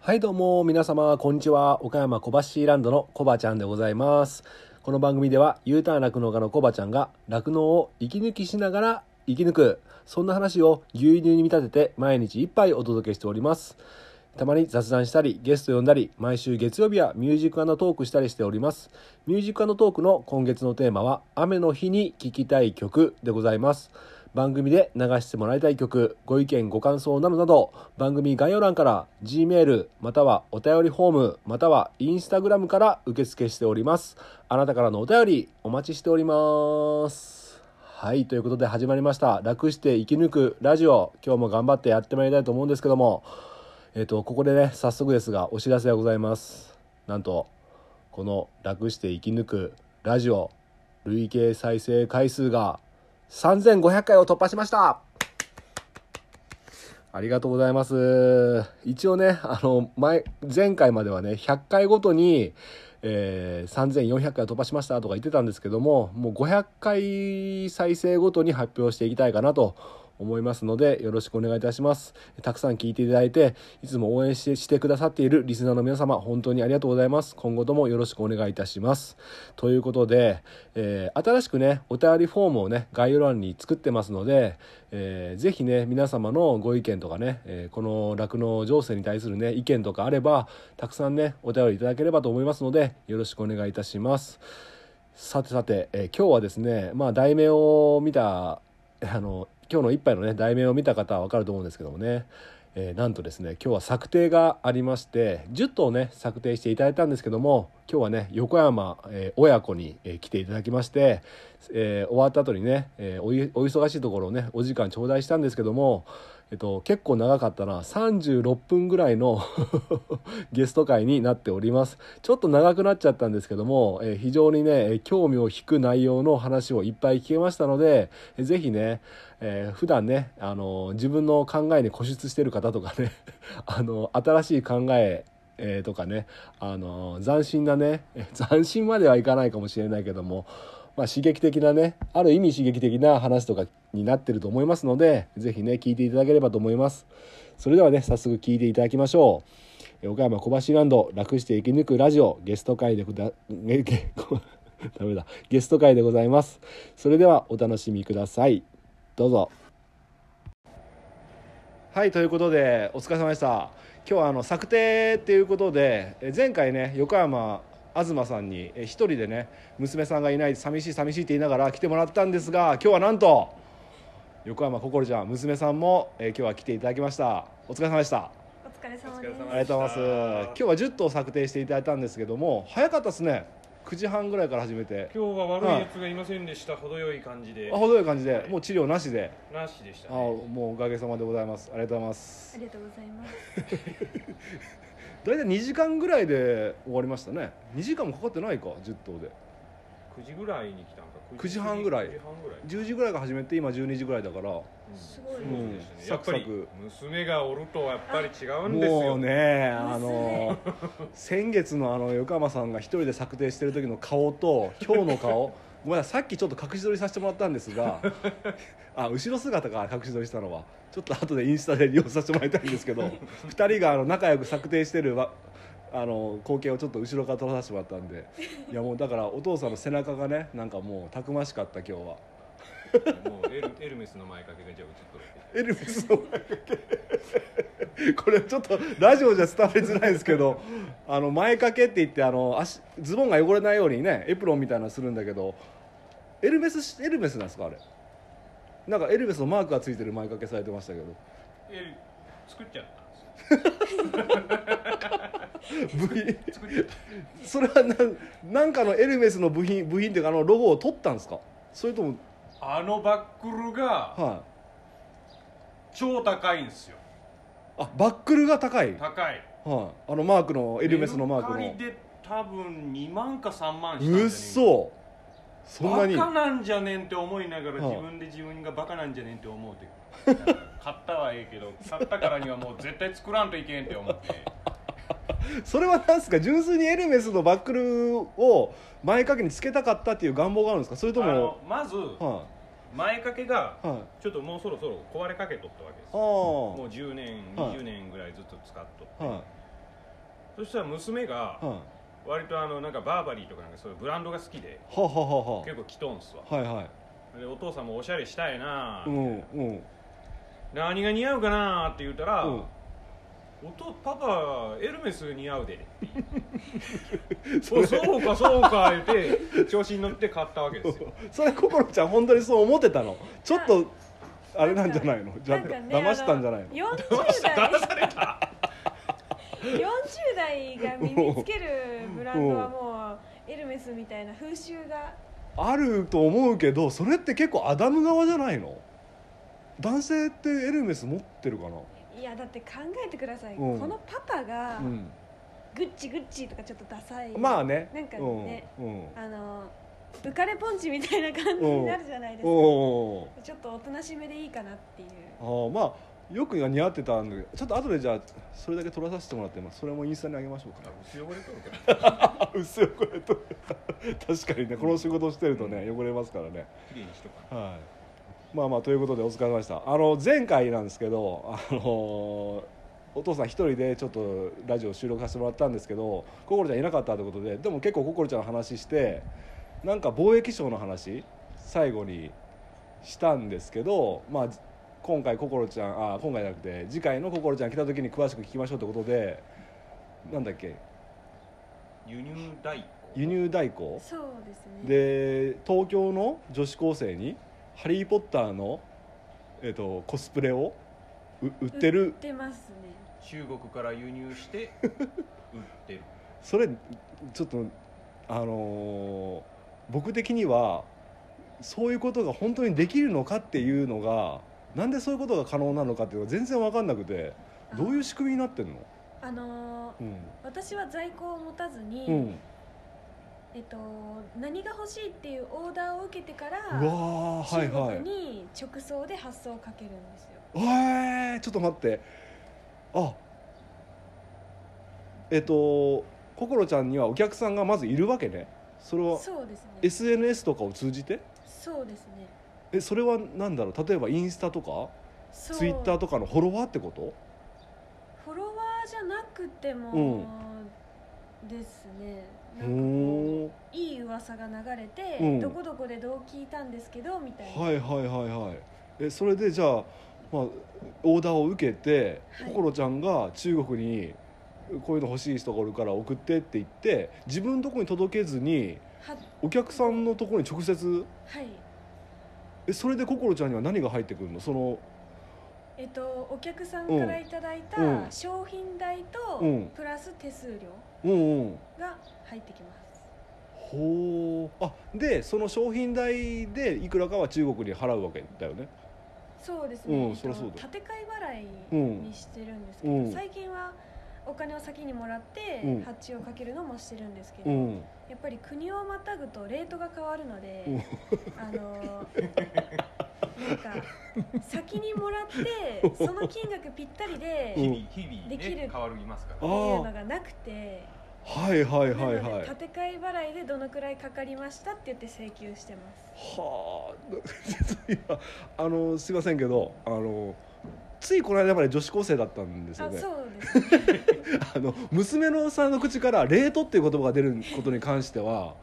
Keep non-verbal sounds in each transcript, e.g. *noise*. はいどうも皆様こんにちは岡山小橋ランドのコバちゃんでございますこの番組では U ターン酪農家のコバちゃんが酪農を息抜きしながら生き抜くそんな話を牛乳に見立てて毎日一杯お届けしておりますたまに雑談したりゲスト呼んだり毎週月曜日はミュージックトークしたりしておりますミュージックトークの今月のテーマは雨の日に聴きたい曲でございます番組で流してもらいたい曲、ご意見、ご感想などなど、番組概要欄から、G メール、またはお便りフォーム、またはインスタグラムから受付しております。あなたからのお便り、お待ちしております。はい、ということで始まりました。楽して生き抜くラジオ。今日も頑張ってやってまいりたいと思うんですけども、えっ、と、ここでね、早速ですが、お知らせがございます。なんと、この楽して生き抜くラジオ、累計再生回数が3500回を突破しましたありがとうございます。一応ね、あの、前、前回まではね、100回ごとに、えー3400回を突破しましたとか言ってたんですけども、もう500回再生ごとに発表していきたいかなと思いますので、よろしくお願いいたします。たくさん聞いていただいて、いつも応援してしてくださっているリスナーの皆様、本当にありがとうございます。今後ともよろしくお願いいたします。ということで、えー新しくね、お便りフォームをね、概要欄に作ってますので、えーぜひね、皆様のご意見とかね、えーこの酪農情勢に対するね、意見とかあれば、たくさんね、お便りいただければと思いますので、よろしくお願いいたします。さてさて、えー今日はですね、まあ、題名を見た、あの、今日の一杯のね、題名を見た方はわかると思うんですけどもね、えーなんとですね、今日は策定がありまして、10頭ね、策定していただいたんですけども、今日はね、横山、えー親子に、えー来ていただきまして、えー終わった後にね、えーおゆお忙しいところをね、お時間頂戴したんですけども、えっと、結構長かったな、36分ぐらいの *laughs* ゲスト会になっております。ちょっと長くなっちゃったんですけども、えー非常にね、えー興味を引く内容の話をいっぱい聞けましたので、えーぜひね、えー普段ね、あのー自分の考えに固執してる方とかね、 *laughs* あのー新しい考え、えーとかね、あのー斬新なね、えー斬新まではいかないかもしれないけども、まあ、刺激的なねある意味刺激的な話とかになってると思いますのでぜひね聞いていただければと思いますそれではね早速聞いていただきましょうえー岡山小橋ランド楽して生き抜くラジオゲスト会でござえげご *laughs* ダメだゲスト会でございますそれではお楽しみくださいどうぞはいということでお疲れ様でした今日はあの策定っていうことでえー前回ね横山東さんにえー一人でね娘さんがいない寂しい寂しいって言いながら来てもらったんですが今日はなんと横山心ちゃん娘さんも、えー今日は来ていただきましたお疲れ様でしたお疲れ様でお疲れ様ありがとうございます今日は10頭策定していただいたんですけども早かったですね9時半ぐらいから始めて今日は悪いやつがいませんでした、程よい感じであ程よい感じでもう治療なしでなしでしあたねもうおかげさまでございますありがとうございますありがとうございます。大体2時間ぐらいで終わりましたね2時間もかかってないか10頭で9時ぐらいに来たんか9時半ぐらい9時半ぐらい10時ぐらいから始めて今12時ぐらいだからうんすごいスムーズでしたねうんやっぱサクりサ娘がおるとやっぱり違うんですもようねあの先月のあの横山さんが一人で策定してる時の顔と今日の顔ごめんなさいさっきちょっと隠し撮りさせてもらったんですがあ後ろ姿か隠し撮りしたのはちょっと後でインスタで利用させてもらいたいんですけど2人があの仲良く策定してるわあの光景をちょっと後ろから撮らさせてもらったんでいやもうだからお父さんの背中がねなんかもうたくましかった今日はもうエルエルメスの前掛けがじゃあ映っとるエルメスの前掛けこれちょっとラジオじゃ伝わりづらいですけど *laughs* あの前掛けって言ってあの足ズボンが汚れないようにねエプロンみたいなのするんだけどエルメスしエルメスなんですかあれなんかエルメスのマークがついてる前掛けされてましたけどエル作っちゃったんですよ V 作っちゃったそれはなんなんかのエルメスの部品部品っていうかあのロゴを取ったんですかそれともあのバックルがは超高いんですよいあバックルが高い、はい、高いあのマークのエルメスのマークメのルカリで多分2万か3万したんじゃねうっそそんなにバカなんじゃねんって思いながらはい自分で自分がバカなんじゃねんって思うてなんか買ったはええけど買ったからにはもう絶対作らんといけんって思ってそれはなんですか純粋にエルメスのバックルを前掛けにつけたかったっていう願望があるんですかそれとあものまずは前掛けがいはいちょっともうそろそろ壊れかけとったわけですあもあう10年はい20年ぐらいずっと使っとってはそしたら娘はがい割とあのなんかバーバリーとかなんかそういうブランドが好きではははは結構着とんすわはいはいでお父さんもおしゃれしたいな、うんうん何が似合うかなって言ったら、うんおとパパエルメス似合うで *laughs* そおれそうかそうか言って調子に乗って買ったわけですよそれ心ちゃん本当にそう思ってたのちょっとあれなんじゃないのな若んか干ね騙したんじゃないのあの40代40代が身につけるブランドはもうエルメスみたいな風習があると思うけどそれって結構アダム側じゃないの男性ってエルメス持ってるかないやだって考えてください、うんこのパパがうんグッチグッチとかちょっとダサい、まあねなんかねうんうんあの浮かれポンチみたいな感じになるじゃないでおすか、おちょっとおとなしめでいいかなっていうあーまあよく似合ってたんだけどちょっと後でじゃあそれだけ撮らさせてもらってますそれもインスタにあげましょうか強がれとるからあ薄いこれと確かにねこの仕事してるとね汚れますからね *laughs* 綺麗にしとかなはいまあまあということでお疲れ様でしたあの前回なんですけどあのお父さん一人でちょっとラジオ収録させてもらったんですけど心ちゃんいなかったということででも結構心ちゃんの話してなんか貿易商の話最後にしたんですけどまあ今回心ちゃんあ今回じゃなくて次回の心ちゃん来た時に詳しく聞きましょうってことでなんだっけ輸入代輸入代行そうですねで東京の女子高生に「ハリー・ポッターの」えっとコスプレをう売って売っるてますね中国から輸入して売ってるそれちょっとあのー僕的にはそういうことが本当にできるのかっていうのがなんでそういうことが可能なのかっていうのが全然分かんなくてあどういう仕組みになってんの、あのーうん私は在庫を持たずに、うん、えっと、何が欲しいっていうオーダーを受けてからうわーはいはい中国に直送で発送をかけるんですよえー、ちょっと待ってあえっと心ちゃんにはお客さんがまずいるわけねそれはそうですね SNS とかを通じてそうですねえそれは何だろう例えばインスタとかそうツイッターとかのフォロワーってことフォロワーじゃなくても、ですねうなんかんこういい噂が流れて、うんどこどこでどう聞いたんですけどみたいな、はいはいはいはいえそれでじゃあ、まあ、オーダーを受けて、はい心ちゃんが中国にこういうの欲しい人がおるから送ってって言って自分のとこに届けずにはお客さんのところに直接はいえそれで心ちゃんには何が入ってくるのそのえっとお客さんからいただいうんた商品代と、うんプラス手数料うんうんが入ってきますほうあでその商品代でいくらかは中国に払うわけだよねそうですね、うんえっとそりゃそうだ建て替え払いにしてるんですけど、うん最近はお金を先にもらってうん発注をかけるのもしてるんですけど、うんやっぱり国をまたぐとレートが変わるので、うんあのーなん *laughs* か先にもらってその金額ぴったりで、うっん日々日々できねる変わりますかあてーらいうのがなくてはいはいなはのいではい建て替え払いでどのくらいかかりましたって言って請求してますはあ *laughs* 今あのすいませんけどあのついこの間まで女子高生だったんですよあねそうですね *laughs* あの娘のさんの口から「レート」っていう言葉が出ることに関しては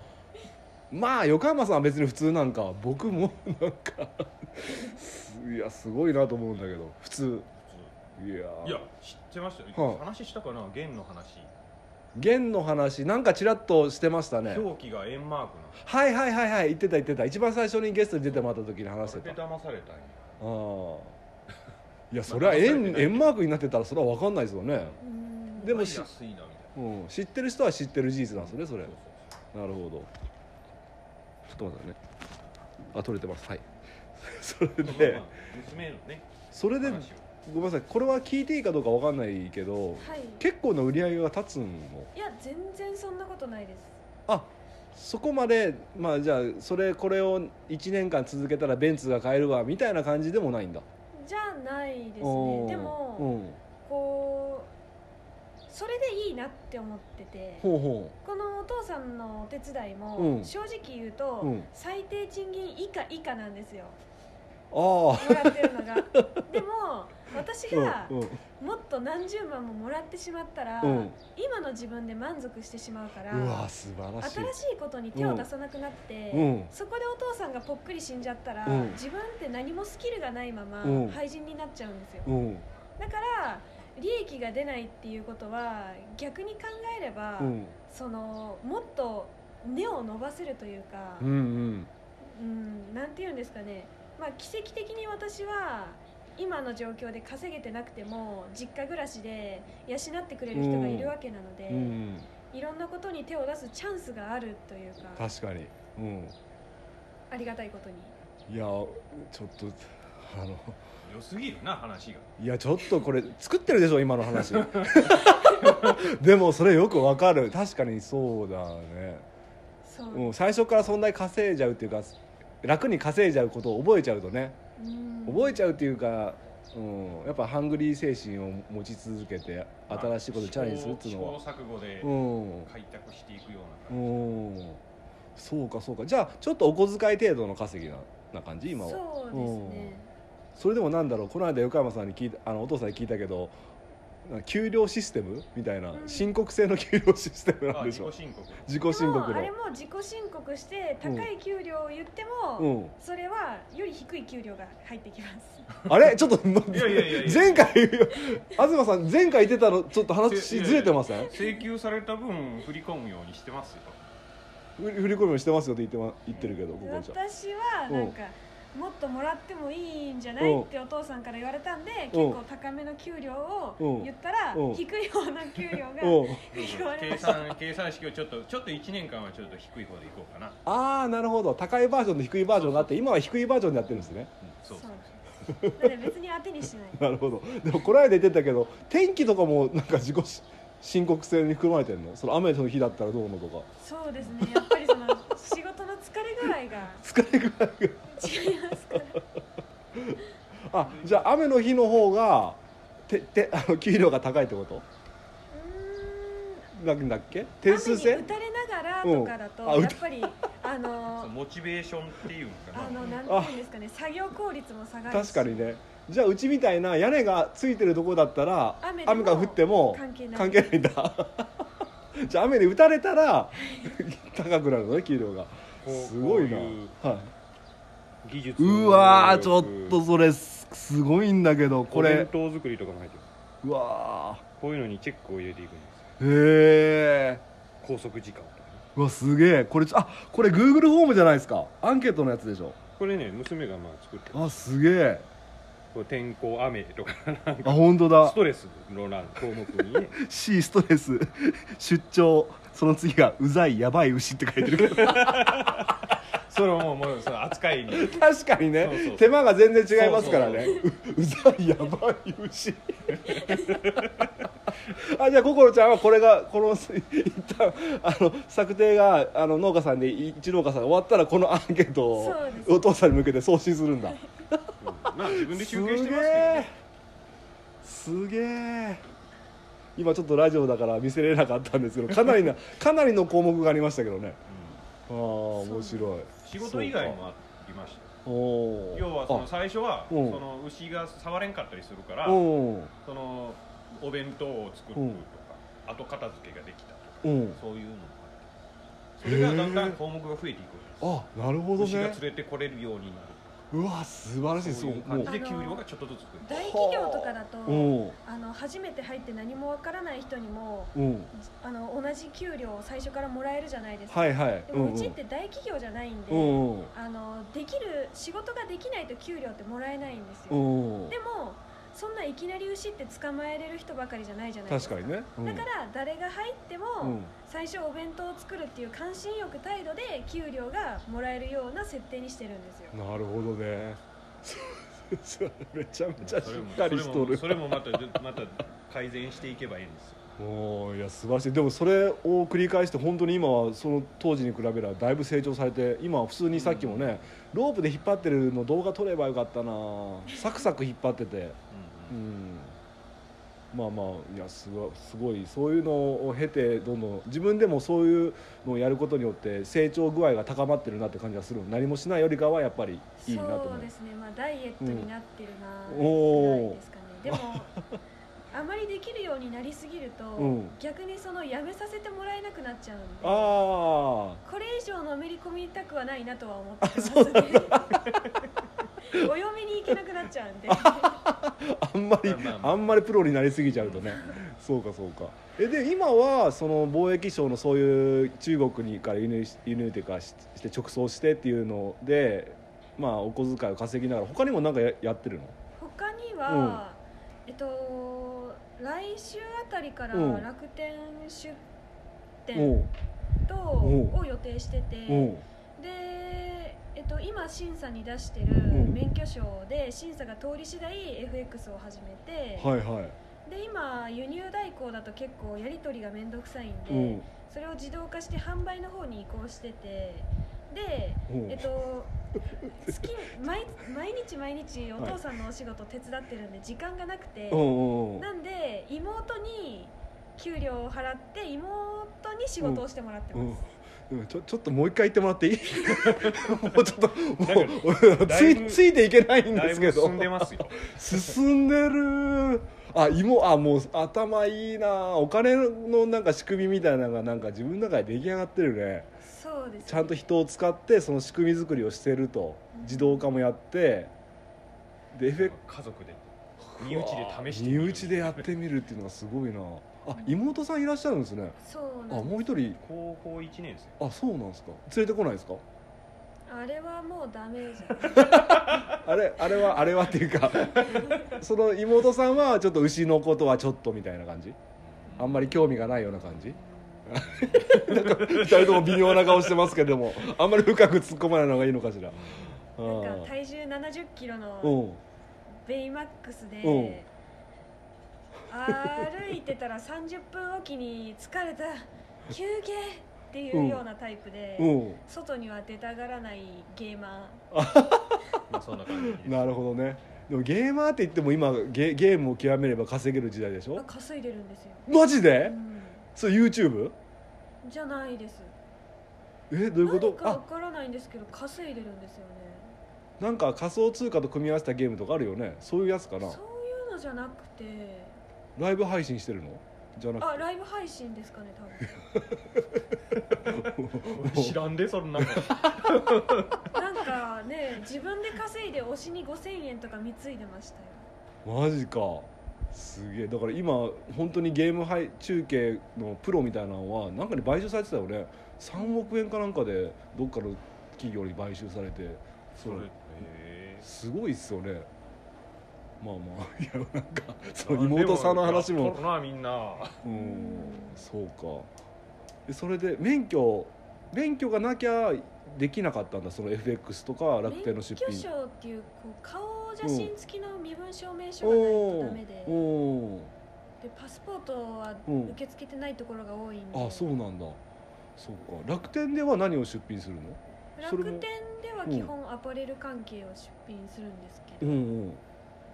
まあ横浜さんは別に普通なんか僕もなんか *laughs* すいやすごいなと思うんだけど普通いやいや知ってましたはよい話したかな弦の話弦の話なんかちらっとしてましたね表記が円マークはいはいはいはい言ってた言ってた一番最初にゲストに出てもらった時にな話しそてれたで騙されたんあやあいやそれは円円マークになってたらそれは分かんないですよね、うんでも安しいなみたいうん、知ってる人は知ってる事実なんなですよねそれうなうるほどちょっと待ってねあ取れてますはい *laughs* それそうでまあ娘のねそれで話をごめんなさいこれは聞いていいかどうか分かんないけどはい結構な売り上げが立つのいや全然そんなことないですあそこまでまあじゃあそれこれを1年間続けたらベンツが買えるわみたいな感じでもないんだじゃないですねでおーも、うん、こうそれでいいなって思っててほうほこのお父さんのお手伝いも、うん正直言うと、うん最低賃金以下以下なんですようああ *laughs* もらってるのがでも私うんがうんもっと何十万ももらってしまったら、うん今の自分で満足してしまうからうわ素晴らしい新しいことに手を出さなくなって、うんそこでお父さんがぽっくり死んじゃったら、うん自分って何もスキルがないままうん廃人になっちゃうんですよ、うんだから利益が出ないっていうことは逆に考えれば、うんそのもっと根を伸ばせるというか、うんうんうん、なんて言うんですかね、まあ、奇跡的に私は今の状況で稼げてなくても実家暮らしで養ってくれる人がいるわけなので、うんいろんなことに手を出すチャンスがあるというか確かにうんありがたいことにいやちょっとあの良すぎるな話がいやちょっとこれ作ってるでしょ今の *laughs* 話でもそれよくわかる確かにそうだね、そう、うん、最初からそんなに稼いじゃうっていうか楽に稼いじゃうことを覚えちゃうとねうん覚えちゃうっていうか、うん、やっぱハングリー精神を持ち続けて新しいことにチャレンジするっていうのは試行錯誤でうん開拓していくよううな感んそうかそうかじゃあちょっとお小遣い程度の稼ぎなな感じ今はそうですねそれでもなんだろうこの間横山さんに聞いたあのお父さんに聞いたけどなんか給料システムみたいな、うん申告制の給料システムじなあんでし自ょ己申告自己申告でもあれのも自己申告して高い給料を言っても、うんそれはより低い給料が入ってきますあれ *laughs* ちょっと待っていやいやいやいや前回東さん前回言ってたのちょっと話ずれてません請求された分振り込むようにしてますよふり振り込みもしてますよって言って,、ま、言ってるけどここちゃん私はなんかもっともらってもいいんじゃないうんってお父さんから言われたんで結うん構高めの給料うをん言ったらうん低い方の給料うがん言われま計した算計算式をちょっとちょっと1年間はちょっと低い方でいこうかな、うんああなるほど高いバージョンと低いバージョンがあって今は低いバージョンでやってるんですね *laughs* そうそうなので別に当てにしなないるほどでもこの間言ってたけど天気とかもなんか自己し申告制に含まれてるのその雨の日だったらどうのとかそうですねやっぱり *laughs* その仕事の疲れ具合が疲れ具合が違いますからあじゃあ雨の日の方がててあの給料が高いってことうなんだっけーん *laughs* 点数制雨に打たれながらとかだうんあと打やったぱりあそうのモチベーションっていうんかなあのなんていうんですかね作業効率も下がるし確かにねじゃあうちみたいな屋根がついてるとこだったら雨でも雨が降っても関係ない関係ないんだ *laughs* じゃあ雨で打たれた *laughs* ら高くなるのね給料がこうすごいなこういうは技術い、うわーちょっとそれすすごいんだけどここれれ弁当作りとかも入ってるうわこういうのにチェックを入れていくんでーへえす拘束時間とかねうわすげえこれあこれ Google ホームじゃないですかアンケートのやつでしょこれね娘がまあ作ってるあすげえこう天候雨とかなんあか本当だストレスの欄項目 *laughs* にね C ストレス出張その次がうざいやばい牛って書いてるそれはもうもうその扱いに確かにねそうそう手間が全然違いますからねそうううざいやばい牛 *laughs* あじゃあ心ちゃんはこれがこのす一旦あの策定があの農家さんで一農家さんが終わったらこのアンケートをそうですお父さんに向けて送信するんだうんまあ自分で集計してますけどねすげえ今ちょっとラジオだから見せれなかったんですけどかなりなかなりの項目がありましたけどねああ面白いうん仕事以外もありましたよそうかおー要はその最初はそうんの牛が触れんかったりするからあうんそのお弁当を作るとうかん後片付けができたとかうんそういうのもあってそれがだんだへんー項目が増えていくんですあなるほど牛がね連れてこれるようになるうわ素晴らしいそそうういうも感うじで給料がちょっとずつ増えて大企業とかだとうんあの初めて入って何もわからない人にもうんあの同じ給料を最初からもらえるじゃないですか、はいはいでうもんううちっんて大企業じゃないんで、うんあのできる仕事ができないと給料ってもらえないんですうよ、んうんでもそんないきなり牛って捕まえれる人ばかりじゃないじゃないです確かかにねうんだから誰が入っても、うん最初お弁当を作るっていう関心よく態度で給料がもらえるような設定にしてるんですよなるほどねそれめちゃめちゃしそっれもかりしとるそれもそれもまたまた改善していけばいいんですよおーいや素晴らしいでもそれを繰り返して本当に今はその当時に比べればだいぶ成長されて今は普通にさっきもね、ロープで引っ張ってるの動画撮ればよかったなサクサク引っ張ってて、ううんうんん、まあまあいやすごすごいそういうのを経てどんどん自分でもそういうのをやることによって成長具合が高まってるなって感じがする何もしないよりかはやっぱりいいなと思そううですねまあダイエットになってるおなーぐらいですかね *laughs* でもあまりできるようになりすぎると、うん逆にそのやめさせてもらえなくなっちゃうんであこれ以上のめり込みたくはないなとは思ってますね *laughs* お嫁に行けなくなっちゃうんでああんまり、まあまあまああんまりプロになりすぎちゃうと *laughs* ねそうかそうかえで今はその貿易商のそういう中国にから輸入し輸入というかしして直送してっていうのでまあお小遣いを稼ぎながら他にも何かややってるの他には、えっと来週あたりからうん楽天出お店うとおうを予定してて、おうで、えっと、今審査に出してるん免許証で審査が通り次第 FX を始めて、はいはいで今輸入代行だと結構やり取りが面倒くさいんで、おうそれを自動化して販売の方に移行しててでおうえっと月毎毎日毎日お父さんのお仕事手伝ってるんで時間がなくて、おうおうなんで妹に給料を払って妹に仕事をしてもらってまうす、んうんちょちょっともう一回言ってもら *laughs* っていいもうちょっともうだついぶいついていけないんだでいすけぶど進んでますよ進んでるあ芋あもう頭いいなお金のなんか仕組みみたいなのがなんか自分の中で出来上がってるねそうですねちゃんと人を使ってその仕組み作りをしてると自動化もやってでエフェク家族で身内で試して身内でやってみるっていうのがすごいなあ妹さんいらっしゃるんですねそうあなんですもう一人高校1年生あそうなんですか連れてこないですかあれはもうダメじゃんあれあれはあれはっていうか *laughs* その妹さんはちょっと牛のことはちょっとみたいな感じあんまり興味がないような感じ *laughs* なんか2人とも微妙な顔してますけどもあんまり深く突っ込まないのがいいのかしら *laughs* あなんーか体重7 0キロうのんベイマックスで、うん歩いてたら30分おきに疲れた休憩っていうようなタイプで、うん外には出たがらないゲーマまあそんな感じなるほどねでもゲーマーって言っても今ゲゲームを極めれば稼げる時代でしーがょ稼いでるんですよ、マジうでん、それ YouTube? じゃないですえどういうこ何とかわあからないんですけど稼いでるんですよなんか仮想通貨と組み合わせたゲームとかあるよねそういうやつかなねそういうのじゃなくてライブ配信してるのじゃなくてあライブ配信ですかね多分知らんでそんななのんかね自分で稼いで推しに5000円とか貢いでましたよマジかすげえだから今本当にゲーム配中継のプロみたいなのはなんかに買収されてたよね3億円かなんかでどっかの企業に買収されてそそうれへえすごいっすよねまあまあい *laughs* やなんかその妹さんの話やっもとるなみんなうんそうかでそれで免許免許がなきゃできなかったんだその FX とか楽天の出免品許証っていうこう顔写真付きの身分証明書がないとダメでおおでパスポートはうん受け付けてないところが多いんであそうなんだそうか楽天では何を出品するのそ楽れも天では基本アパレル関係を出品するんですけうどんうん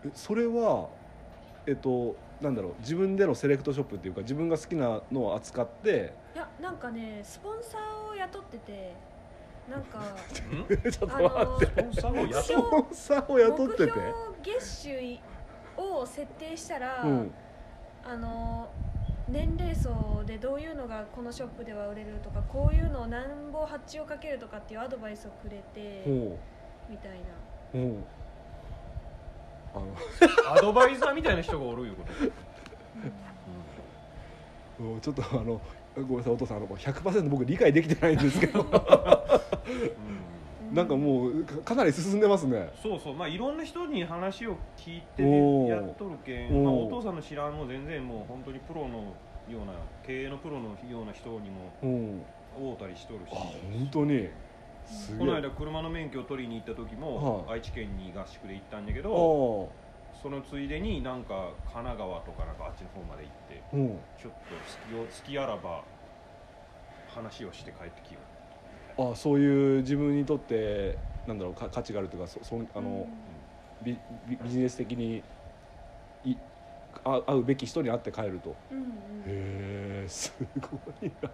えそれはえっとなんだろう自分でのセレクトショップっていうか自分が好きなのを扱っていやなんかねスポンサーを雇っててなんかんえ *laughs* *laughs* ちょっあと待のスポンサーをって雇ス目ポンサーを雇っ目てて標月収を設定したら、うんあの年齢層でどういうのがこのショップでは売れるとかこういうのをなんぼ発注をかけるとかっていうアドバイスをくれてほみたいなうほうあのアドバイザーみたいな人がおるいうことうんちょっとあのごめんなさいお父さんあの100%僕理解できてないんですけどうんうなんかもうかかなり進んでますねそうそうまあいろんな人に話を聞いおてーねやっとるけん、まあ、おーお父さんの知らんも全然もう本当にプロのような経営のプロのような人にもうん会うたりしとるしあ本当にすげこのえ間車の免許を取りに行った時も、は愛知県に合宿で行ったんだけあどーそのついでになんか神奈川とかなんかあっちの方まで行ってうんちょっと好き好きあらば話をして帰ってきよ *laughs* うあそういう自分にとってなんだろうか価値があるというかそそんあの、ビビビジネス的にいあ会うべき人に会って帰るとうんうんうんへえすごいな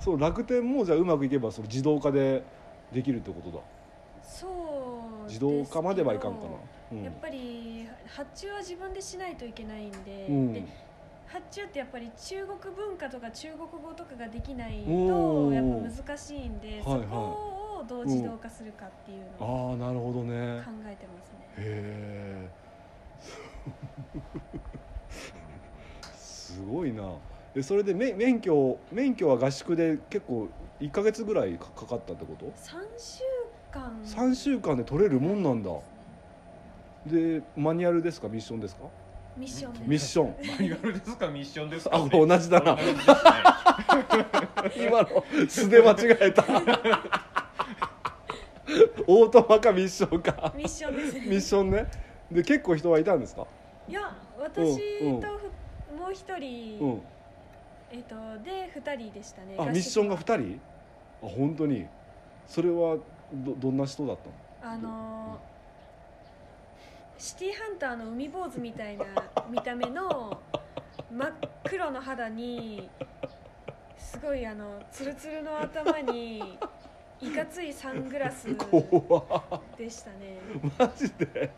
そう楽天もじゃあうまくいけばその自動化でできるってことだそうで自すけど動化まではいかんかな、うやっんぱり発注は自分でしないといけないんで,、うんで発注ってやっぱり中国文化とか中国語とかができないおとーやっぱ難しいんで、はいはいそこをどう自動化するかっていうのをああなるほどね考えてますね。へえ *laughs* すごいなえそれでめ免許免許は合宿で結構1か月ぐらいかかかったってこと三週間3週間で取れるもんなんだでマニュアルですかミッションですかミッションですミッションマニュアルですかミッションですかあこれ同じだな同じです *laughs* ね今の素で間違えた *laughs* オートマかミッションかミッションですねミッションねで結構人はいたんですかいや私うんうんとふもう一人、うんえっ、とで二人でしたねあ合宿ミッションが2人あ本当にそれはどどんな人だったのあのーシティハンターの海坊主みたいな見た目の真っ黒の肌にすごいあのツルツルの頭にいかついサングラス怖っでしたねマジで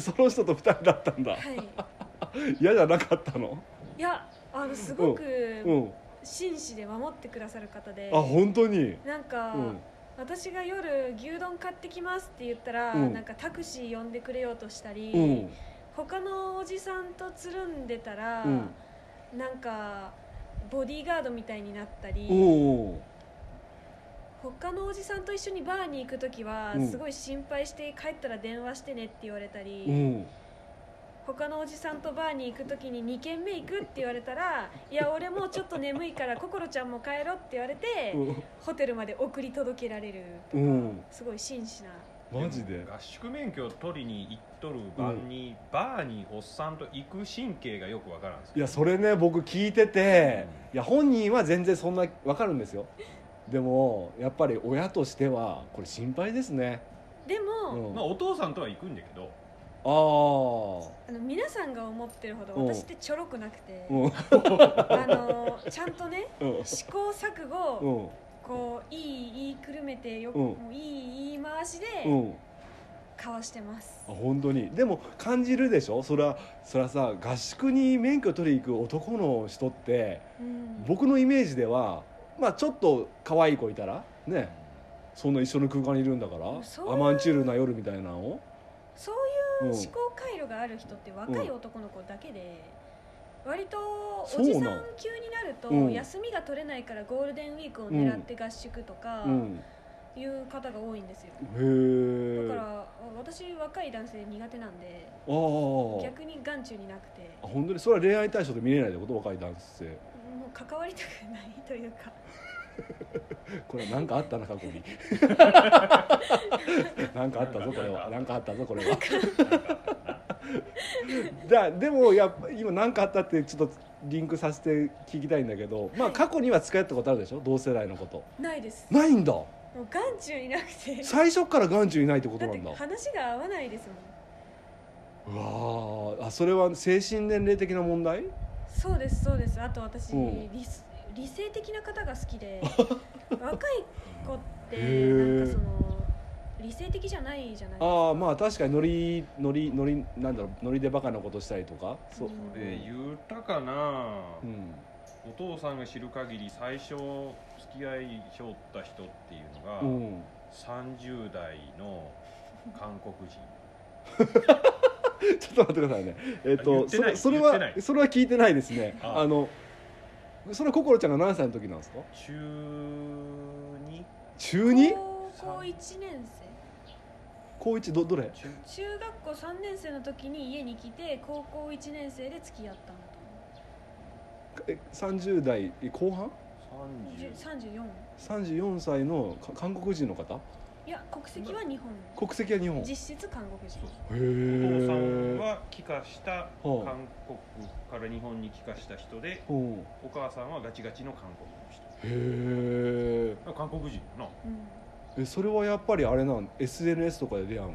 その人と2人だったんだはい嫌じゃなかったのいやあのすごうくん紳士で守ってくださる方であ本当になんか、うん私が夜牛丼買ってきますって言ったら、うんなんかタクシー呼んでくれようとしたり、うん他のおじさんとつるんでたら、うんなんかボディーガードみたいになったり、おー他のおじさんと一緒にバーに行く時は、うんすごい心配して帰ったら電話してねって言われたり、うん他のおじさんとバーに行く時に2軒目行くって言われたら「いや俺もうちょっと眠いから心ちゃんも帰ろ」って言われて、うんホテルまで送り届けられるとか、うんすごい紳士な。 *laughs* マジで合宿免許を取りに行っとる晩に、バーにおっさんと行く神経がよくわからんですいよやそれね僕聞いてていや本人は全然そんなわかるんですよでもやっぱり親としてはこれ心配ですねでうも、んまあ、お父さんとは行くんだけどあああの皆さんが思ってるほどうん私ってちょろくなくて、うん *laughs* あのちゃんとねうん試行錯誤、うんこういい言いくるめてよ、うんもういい言い回しでうんかわしてます、あ本当にでも感じるでしょそれはそれはさ合宿に免許取りに行く男の人ってうん僕のイメージではまあちょっと可愛い子いたらねそんな一緒の空間にいるんだからそうアマンチュールな夜みたいなのを、そうういんう思考回路がある人って若い男の子だけで、割とそおうじさん級になのなると、うん休みが取れないからゴールデンウィークを狙って合宿とかうん、いう方が多いんですよ、へえだかあら私若い男性苦手なんであー逆に眼中になくてあ本当にそれは恋愛対象で見れないってこと若い男性もう関わりたくないというか *laughs* これなんかあったな過去 *laughs* になんかあったぞこれはなんかあったぞこれはだでもやっぱ今何かあったってちょっとリンクさせて聞きたいんだけど、まあ、過去には付き合ったことあるでしょ同世代のことないですもないんだう眼中になくて最初から眼中いないってことだっなてんだ話が合わないですもんうわーあそれは精神年齢的な問題そうですそうですあと私、うん理理性的な方が好 *laughs* きで若い子ってへーなんかその理性的じゃないじゃないですかああまあ確かにノリノリノリなんだろうノリでバカなことしたりとかそう、うんで言うたかな、うん、お父さんが知る限り最初付き合いしょった人っていうのが、うん、 30代の韓国人ちょっと待ってくださいね。えっ、言っと、てそないれ、それ言っはてな、いそれは聞いてないですね。ああの。それ、心ちゃんが何歳の時なんですか。中2中二。高校1年高一、ど、どれ。中生中学校3年生の時に家に来て高校1年生で付き合ったんだとえ、三十代後半。思うじゅ30 34三十四歳のか韓国人の方。いや国籍は日本国籍は日本。へ実質韓国人そうお父さんえ。は帰化したはあ韓国から日本に帰化した人でうん。へお母さんはガチガチの韓国の人え。韓国人やなうんえ、それはやっぱりあれなん、S. N. S. とかで出会うの。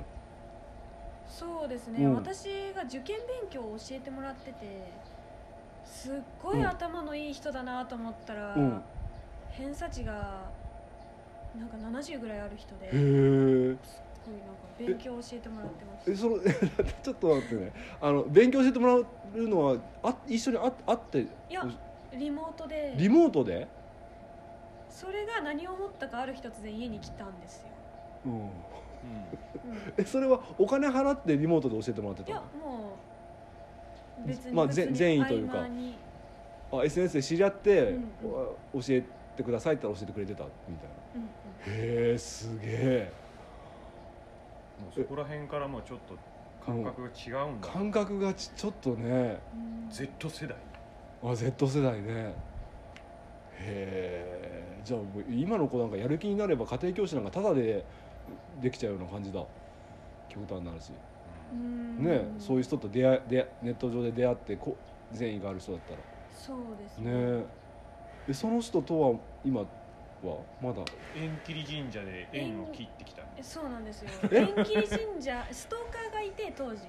そうですね、うん私が受験勉強を教えてもらっててすっごういん頭のいい人だなと思ったら、うん偏差値がなんか70ぐらいある人でへえ。ごいなんか勉強教えてもらってますえその *laughs* ちょっと待ってねあの勉強教えてもらうのはあ一緒にあ会っていやリモートでリモートで、それが何を思ったかある日突然家に来たんですよ、うん、うんえそれはお金払ってリモートで教えてもらっていたやのもう別にまあ善善意というか合間にあ SNS で知り合って、うんお教えてくださいって言ったら教えてくれてたみたいなうんうんへえすげえもうそこら辺からもうちょっと感覚が違うんだ感覚がちちょっとねうん Z 世代あ Z 世代ねへえじゃあもう今の子なんかやる気になれば家庭教師なんかタダでできちゃうような感じだ極端な話ねうんえそういう人と出会い出会ネット上で出会ってこ善意がある人だったらそうですねええその人とは今はまだ縁切り神社で縁を切ってきたえそうな *laughs* んですよ縁切り神社ストーカーがいて当時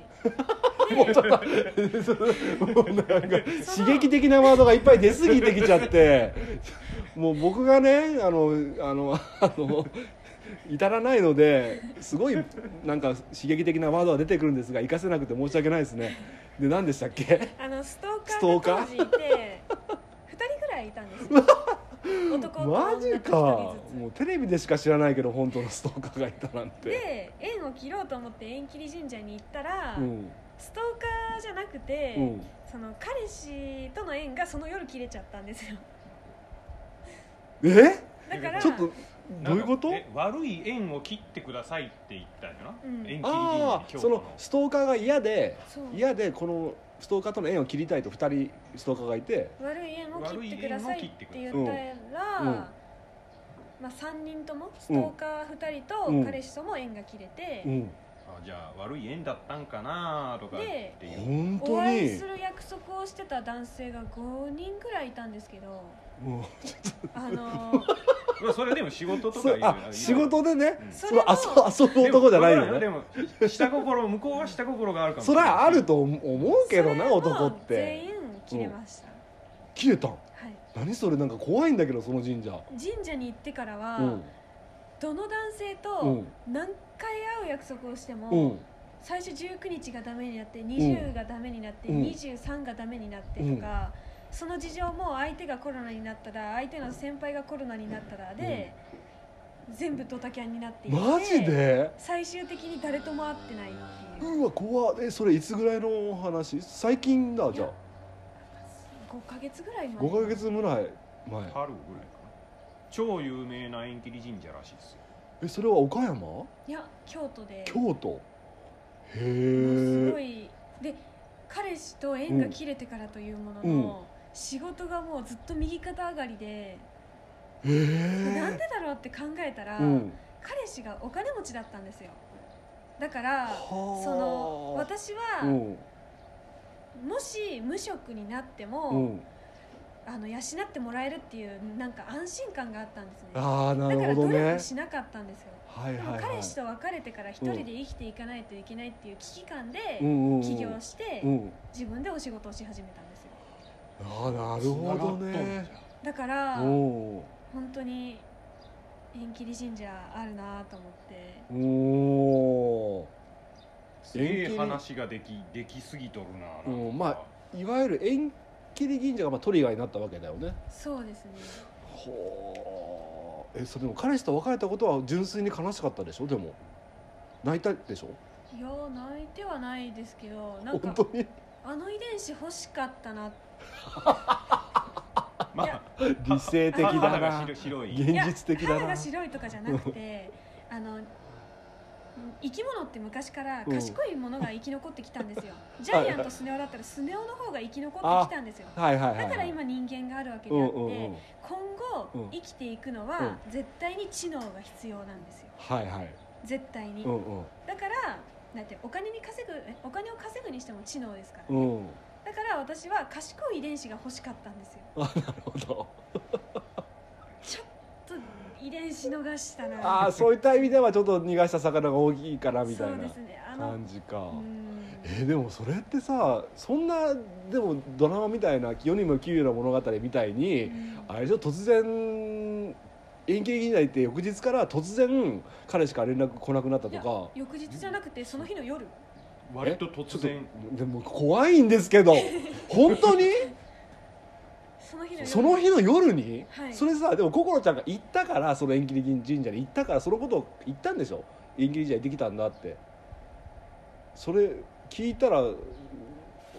もうなんか刺激的なワードがいっぱい出過ぎてきちゃってもう僕がねあのあのあの至らないのですごいなんか刺激的なワードが出てくるんですが活かせなくて申し訳ないですねで何でしたっけあのストストーーカカーーが当時いて2人ぐらいいたんですよ *laughs* 男と女マとジ1かも人ずうテレビでしか知らないけど本当のストーカーがいたなんつて、で縁を切ろうと思って縁切り神社に行ったら、うんストーカーじゃなくて、うん、その彼氏との縁がその夜切れちゃったんですよえだからちょっとどういうことなんかえ悪い縁を切ってくださいって言ったんやな、うん縁切り神社ああ京そ都のストーカーが嫌でそう嫌でこのストーカーとの縁を切りたいと2人ストーカーがいて悪い縁を切ってくださいって言ったら、うんうんまあ、3人ともストーカー2人うんと彼氏とも縁が切れて、んあじゃあ悪い縁だったんかなとかっていう本お当会いにする約束をしてた男性が5人ぐらいいたんですけどもうあのーまあそれでも仕事とかそいううあ仕事でねうんそそれれも遊ぶ遊ぶ男じゃないよでねもでも下心向こうは下心があるかもしそれりないゃあると思うけどなそれも男っ全員て切れました、切れたんはい、何それなんか怖いんだけどその神社神社に行ってからは、うんどの男性うとん何回会う約束をしても、うん最初19日がダメになって20がダメになって、うん23がダメになってとか、その事情も相手がコロナになったら相手の先輩がコロナになったらで、全部ドタキャンになっていってマジで最終的に誰とも会ってないっていううわ怖っえそれいつぐらいのお話最近だじゃあ5ヶ月ぐらい前5ヶ月ぐらい前春ぐらいかな超有名な縁切り神社らしいですよえそれは岡山いや京都で京都へもうすごえいで彼氏と縁が切れてからというものの、仕事がもうずっと右肩上がりで、へなんえでだろうって考えたら、うん彼氏がお金持ちだったんですよだからはあその私は、うんもし無職になっても、うんあの養ってもらえるっていうなんか安心感があったんですねだかああなるらほど努ね力しなかったんですよ、はいではいもはい彼氏と別れてから一人で生きていかないといけないっていう危機感でうんうんうん起業して、うん自分でお仕事をし始めたんですよああなるほどねだからお本当に縁切り神社あるなと思っておおすげえ話ができできすぎとるななんかうんまあーいわゆる縁切り銀座がまあトリガーになったわけだよねそうですねほーえそれでも彼氏と別れたことは純粋に悲しかったでしょでも泣いたでしょいや泣いてはないですけどなん本か当にあの遺伝子欲しかったなまいやあ *laughs* 理性的だ肌がな白白い現実的だいやな肌が白いとかじゃな *laughs* くてあの生き物って昔から賢いものが生き残ってきた *laughs* んですよ、ジャイアンとスネ夫だったらスネ夫の方が生き残ってきたんですよはいはいはいだから今人間があるわけでうあっんて、うんうん今う後ん生きていくのは絶対に知能が必要なんですよはいはい絶対に、うんうんだからなんてお金に稼ぐえお金を稼ぐにしても知能ですから、うんだから私は賢い遺伝子が欲しかったんですよなるほどちょっと遺伝子逃したなああそういった意味ではちょっと逃がした魚が大きいからみたいそうなですねあの感じか、うんえーでもそれってさそんなでもドラマみたいな世にも奇妙な物語みたいに、うんあれでしょ突然延期できないって翌日から突然彼しから連絡来なくなったいとやか翌日じゃなくてその日の夜割と突然えちょっとでも怖いんですけど本当にその日の夜その日の夜に、はいそれさでも心ちゃんが行ったからその縁切り神社に行ったからそのことを言ったんでしょ縁切り神社にできたんだってそれ聞いたら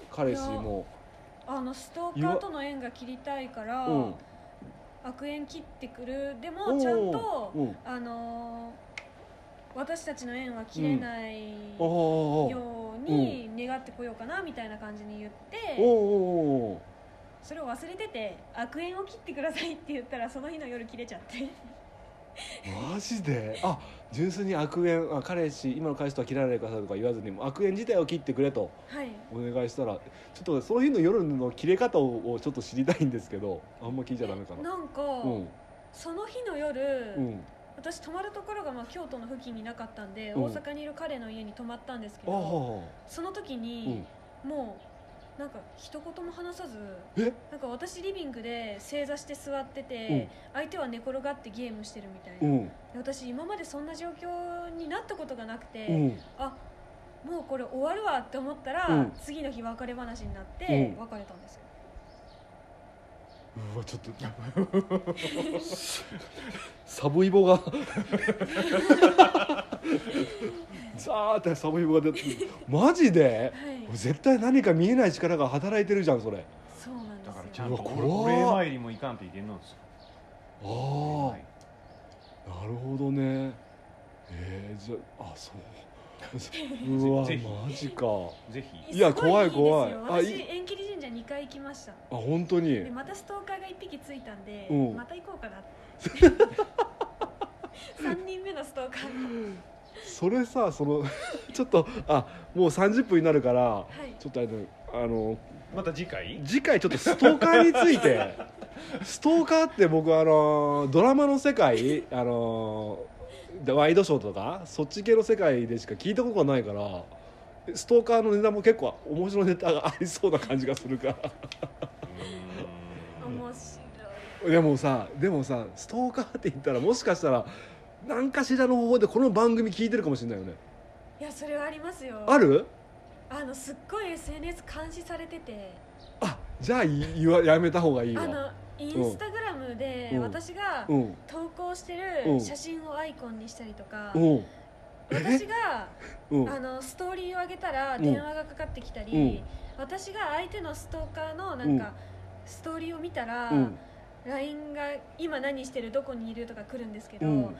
彼氏もあのストーカーとの縁が切りたいから、うん悪縁切ってくるでうもちゃんと、うんあのー私たちの縁は切れないおよおうに願ってこようかなみたいな感じに言っおおておおそれを忘れてて悪縁を切ってくださいって言ったらその日の夜切れちゃってマジであ純粋に悪縁あ彼氏今の彼氏とは切らないでくださいとか言わずにもう悪縁自体を切ってくれとはいお願いしたらちょっとその日の夜の切れ方ををちょっと知りたいんですけどあんま聞いちゃダメかななんか、うんその日の夜、うん私泊まるところがまあ京都の付近になかったんで、うん大阪にいる彼の家に泊まったんですけあどあその時うにん、もうなんか一言も話さずえなんか私リビングで正座して座ってて、相手は寝転がってゲームしてるみたいな、うでん私今までそんな状況になったことがなくて、うんあもうこれ終わるわって思ったら、うん次の日別れ話になってうん別れたんですよ、うわちょっとサボイボがザーってサボイボが出てマジではい絶対何か見えない力が働いてるじゃんそれそうなんでだからすちよゃんとうわこれ怖っこれ参りもいかんといけんのですよああなるほどねえー、じゃああそううわぜひマジかぜひいやすご怖い怖いあいですよい私縁切り神社2回行きましたあ本当にでまたストーカーが1匹ついたんで、うんまた行こうかなって3人目のストーカーがそれさその *laughs* ちょっとあもう30分になるからはいちょっとあのあのまた次回次回ちょっとストーカーについ *laughs* てストーカーって僕あのドラマの世界あのでワイドショーとかそっち系の世界でしか聞いたことがないからストーカーのネタも結構面白いネタがありそうな感じがするから。面白いでもさでもさストーカーって言ったらもしかしたら何かしらの方法でこの番組聞いてるかもしれないよねいやそれはありますよあるあのすっごい SNS 監視されててあじゃあい言わやめた方がいいあわのインスタグラムでうん私がうん投稿してうるん写真をアイコンにしたりとかうん私がうんあのストーリーを上げたらうん電話がかかってきたり、うん私が相手のストーカーのなんか、ストーリーを見たら、うん LINE が今何してるどこにいるとか来るんですけど、うん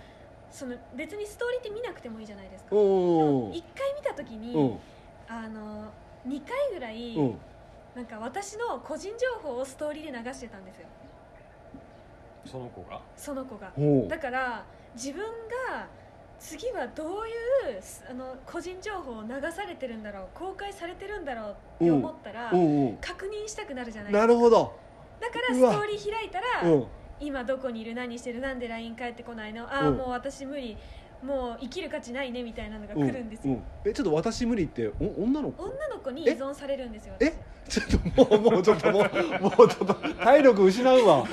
その別にストーリーって見なくてもいいじゃないですか、でおもー1回見た時に、うんあの2回ぐらい、うんなんか私の個人情報をストーリーで流してたんですよその子がその子がおうだから自分が次はどういうすあの個人情報を流されてるんだろう公開されてるんだろうって思ったらうんうん確認したくなるじゃないですなかるほどだからうスわトーリー開いたら、うん今どこにいる何してるなんで LINE 返ってこないのああ、うんもう私無理もう生きる価値ないねみたいなのが来るんですうよ、んえちょっと私無理ってお女の子女の子に依存されるんですよえ私ちょっともうもうちょっともうもうちょっと体力失うわ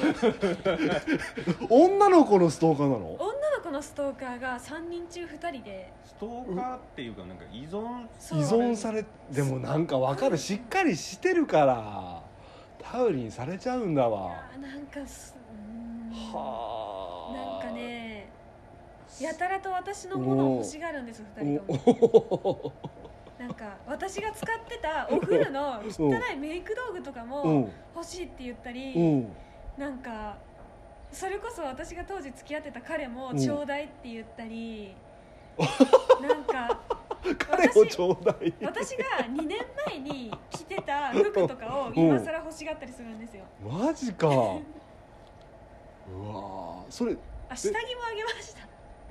女の子のストーカーなの女の子のストーカーが3人中2人でストーカーっていうかなんか依存そ依う存されでもなんかわかるしっかりしてるから頼りにされちゃうんだいわやーなんかすうーんはなあんかねやたらと私のものを欲しがるんです2人ともおなんか私が使ってたお風呂の汚いメイク道具とかうもん欲しいって言ったり、うんなんかそれこそ私が当時付き合ってた彼もうんちょうだいって言った *laughs* り、なんか彼をちょうだい私が2年前に着てた服とかを今更欲しがったりするんですよマジかうわーそれあ下着もあげまし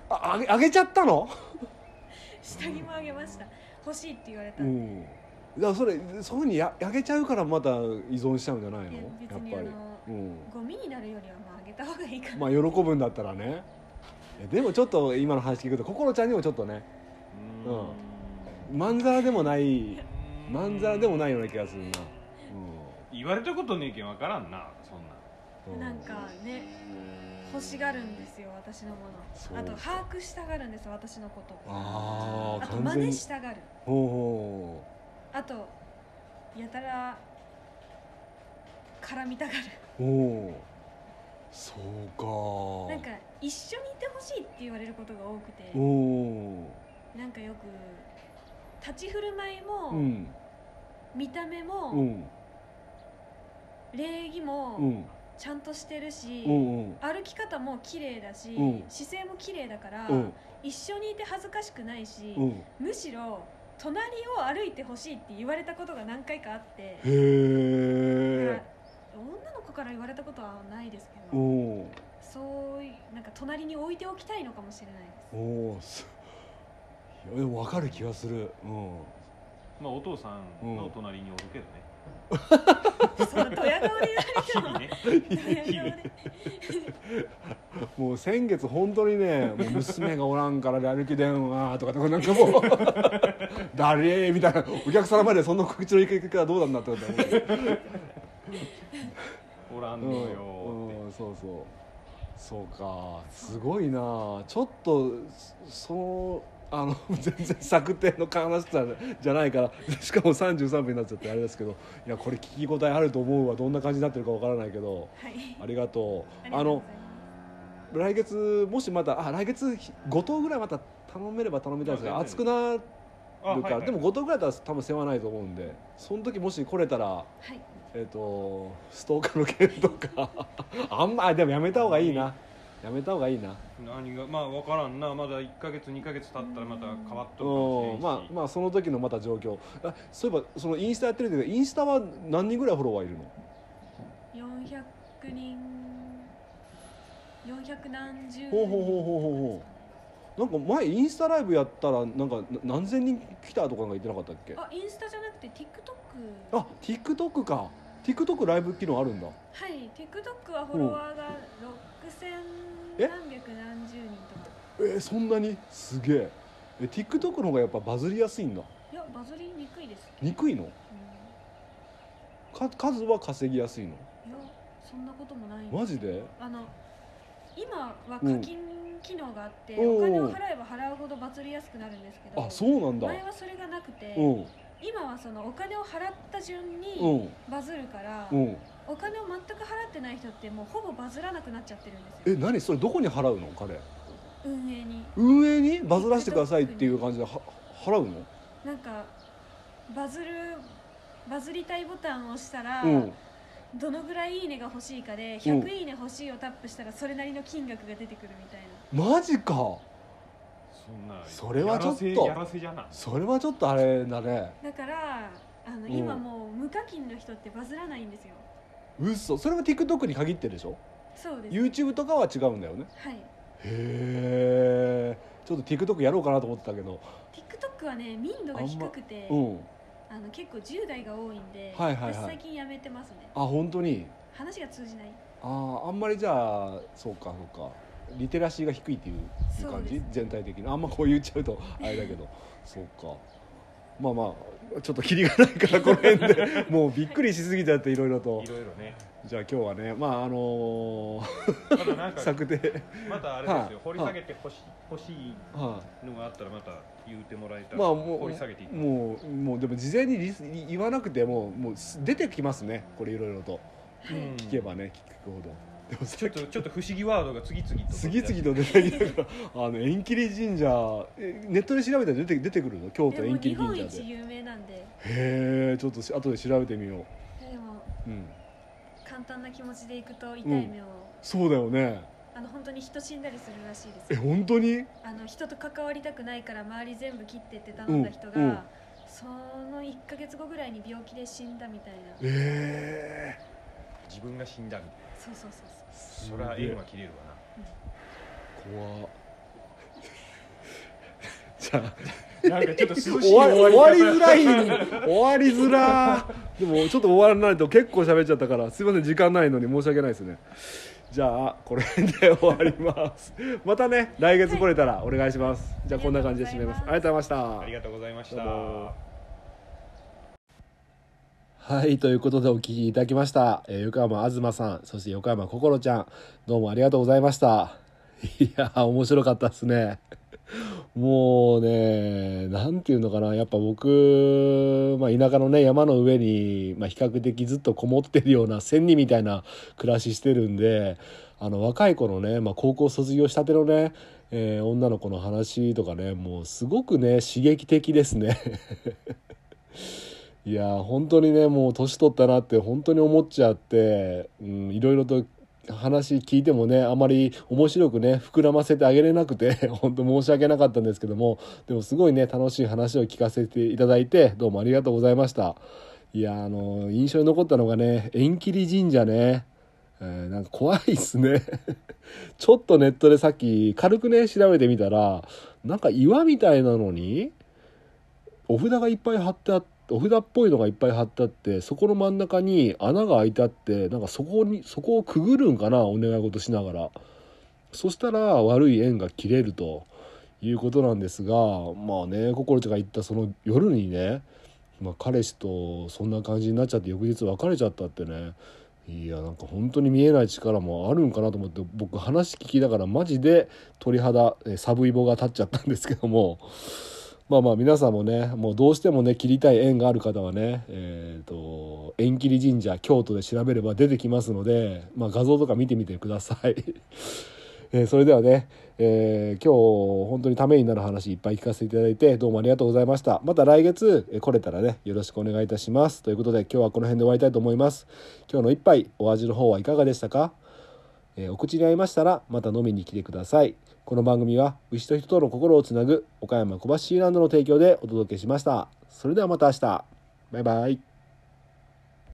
たああげあげちゃったの下着もあげました欲しいって言われた、ういんだからそれそういうふうにやあげちゃうからまた依存しちゃうんじゃないのやや別っにぱありうの、んゴミになるよりはまああげた方がいいかな、まあ喜ぶんだったらねいやでもちょっと今の話聞くと心ちゃんにもちょっとねううんまんざらでもないーんまんざらでもないような気がするな、言われたことねえけんわからんなそんなうんなんかね欲しがるんですよ私のもそうのあと把握したがるんです私のことあああと完真全似にしたがるほうほあとやたら絡みたがるうほうそうかなんか一緒にいてほしいって言われることが多くておおなんかよく立ち振る舞いも、うん見た目うもん礼儀うもんちゃんとしてるし、うんうん歩き方も綺麗だし、うん姿勢も綺麗だから、うん一緒にいて恥ずかしくないし、うんむしろ隣を歩いてほしいって言われたことが何回かあってへだかえら女の子から言われたことはないですけおどおそういうなんか隣に置いておきたいのかもしれないですおおすいやでも分かる気がするうんまあお父さんの隣におるけどね、 *laughs* そんなドヤ顔で日々ね言われてもドヤ顔でもう先月本当にねもう娘がおらんからで歩き電話とかなんかもう *laughs* 誰みたいなお客様までそんな告知の行くからどうなんだってことだおらんもんのうんよーって、うんそうそうそうかすごいなちょっとそのあの *laughs* 全然策定の話じゃじゃないからしかも33分になっちゃってあれですけどいやこれ聞き応えあると思うわどんな感じになってるかわからないけどはいありがとあう。りがあとうごのざいま来月もしまたあ来月5頭ぐらいまた頼めれば頼みたいですがあ熱く全然なるあはいからはいでも5頭ぐらいだったら多分世話ないと思うんでその時もし来れたらすはいえっ、とストーカーの件とか *laughs* あんまあでもやめた方がいいなやめた方がいいな何がまあ分からんなまだ1か月2か月経ったらまた変わっとうるんかまもしれんし、あまあその時のまた状況あそういえばそのインスタやってるけどインスタは何人ぐらいフォロワーいるの400人400何十人ほうほうほうほうほうほうなんか前インスタライブやったらなんかな何千人来たとかなんか言ってなかったっけあインスタじゃなくて TikTok あ TikTok か TikTok ライブ機能あるんだはい TikTok はフォロワーが6000何百何十人とかえーそんなにすげええ TikTok の方がやっぱバズりやすいんだいやバズりにくいです、うん、い憎いのか数は稼ぎやすいのやそんなこともないマジであの今は課金機能があって、うんお金を払えば払うほどバズりやすくなるんですけどあそうなんだ前はそれがなくて、うん今はそのお金を払った順うにんバズるから、うんお金を全く払ってない人ってもうほぼバズらなくなっちゃってるんですえよ何それどこに払うの彼運営に運営にバズらせてくださいっていう感じでは払うのなんかバズるバズりたいボタンを押したら、うんどのぐらいいいねが欲しいかでうん100いいね欲しいをタップしたらそれなりの金額が出てくるみたいなマジかそんなそれはちょっとやらせやらせじゃなそれはちょっとあれだねだからあの、ん今もう無課金の人ってバズらないんですよ嘘それは TikTok に限ってるでしょそうです YouTube とかは違うんだよねはいへえちょっと TikTok やろうかなと思ってたけど TikTok はね民度が低くてあ、うんの結構10代が多いんで、はいはいはい私最近やめてますねあ本当に話が通じないあーあんまりじゃあそうかそうかリテラシーが低いっていういうそう感でじす全体的にあんまこう言っちゃう *laughs* とあれだけどそうかまあまあちょっとキリがないからこの辺 *laughs* でもうびっくりしすぎちゃっていろいろといろいろねじゃあ今日はねまああのーまだなんか *laughs* 策定またあれですはいよ掘り下げてほし欲しいはのがあったらまた言うてもらえたいら、まあもう掘り下げていくもうもうでも事前にリス言わなくてももうす出てきますねこれいろいろとはい、うん聞けばね聞くほどでもちょっとちょっと不思議ワードが次々と次々と出てきたからあの縁切り神社えネットで調べたら出て出てくるの京で都も縁切り日本神社一でへ有名なんでえちょっとし後で調べてみよでもう、うん、簡単な気持ちでいくと痛い目を、そうだよねあの本当に人死んだりするらしいですえよ本当にあの人と関わりたくないから周り全部切ってって頼んだ人が、うんうんその1か月後ぐらいに病気で死んだみたいなええ自分が死んだみたいそうそうそうそうなそれは縁は切れるわな怖っ *laughs* じゃあなんかちょっと涼しい終わ終わりづらい終わりづらーでもちょっと終わらないと結構喋っちゃったからすいません時間ないのに申し訳ないですねじゃあこれで終わりますまたね来月来れたらお願いします、じゃあこんな感じで締めますありがとうございましたありがとうございましたどうもはい、ということでお聞きいただきました。えー横山東さん、そして横山心ちゃん、どうもありがとうございました。 *laughs* いやー、面白かったですね。 *laughs* もうね、なんていうのかな、やっぱ僕、まあ、田舎のね、山の上に、まあ、比較的ずっとこもってるような千里みたいな暮らししてるんで、あの、若い子のね、まあ、高校卒業したてのね、えー女の子の話とかね、もうすごくね、刺激的ですね。いやー本当にねもう年取ったなって本当に思っちゃって、うん、いろいろと話聞いてもねあまり面白くね膨らませてあげれなくて *laughs* 本当申し訳なかったんですけどもでもすごいね楽しい話を聞かせていただいてどうもありがとうございましたいやーあの印象に残ったのがね縁切り神社ね、えーなんか怖いっすね *laughs* ちょっとネットでさっき軽くね調べてみたらなんか岩みたいなのにお札がいっぱい貼ってあってお札っぽいのがいっぱい貼ってあってそこの真ん中に穴が開いてあってなんかそこにそこをくぐるんかなお願い事しながらそしたら悪い縁が切れるということなんですがまあね心ちゃんが言ったその夜にね、まあ、彼氏とそんな感じになっちゃって翌日別れちゃったってねいやなんか本当に見えない力もあるんかなと思って僕話聞きながらマジで鳥肌えサブイボが立っちゃったんですけども。まあまあ皆さんもねもうどうしてもね切りたい縁がある方はねえっ、と縁切り神社京都で調べれば出てきますので、まあ、画像とか見てみてください、 *laughs* えーそれではね、えー今日本当にためになる話いっぱい聞かせていただいてどうもありがとうございましたまた来月、えー来れたらねよろしくお願いいたしますということで今日はこの辺で終わりたいと思います今日の一杯お味の方はいかがでしたかえーお口に合いましたらまた飲みに来てくださいこの番組は牛と人との心をつなぐ岡山小橋シーランドの提供でお届けしましたそれではまた明日バイバイ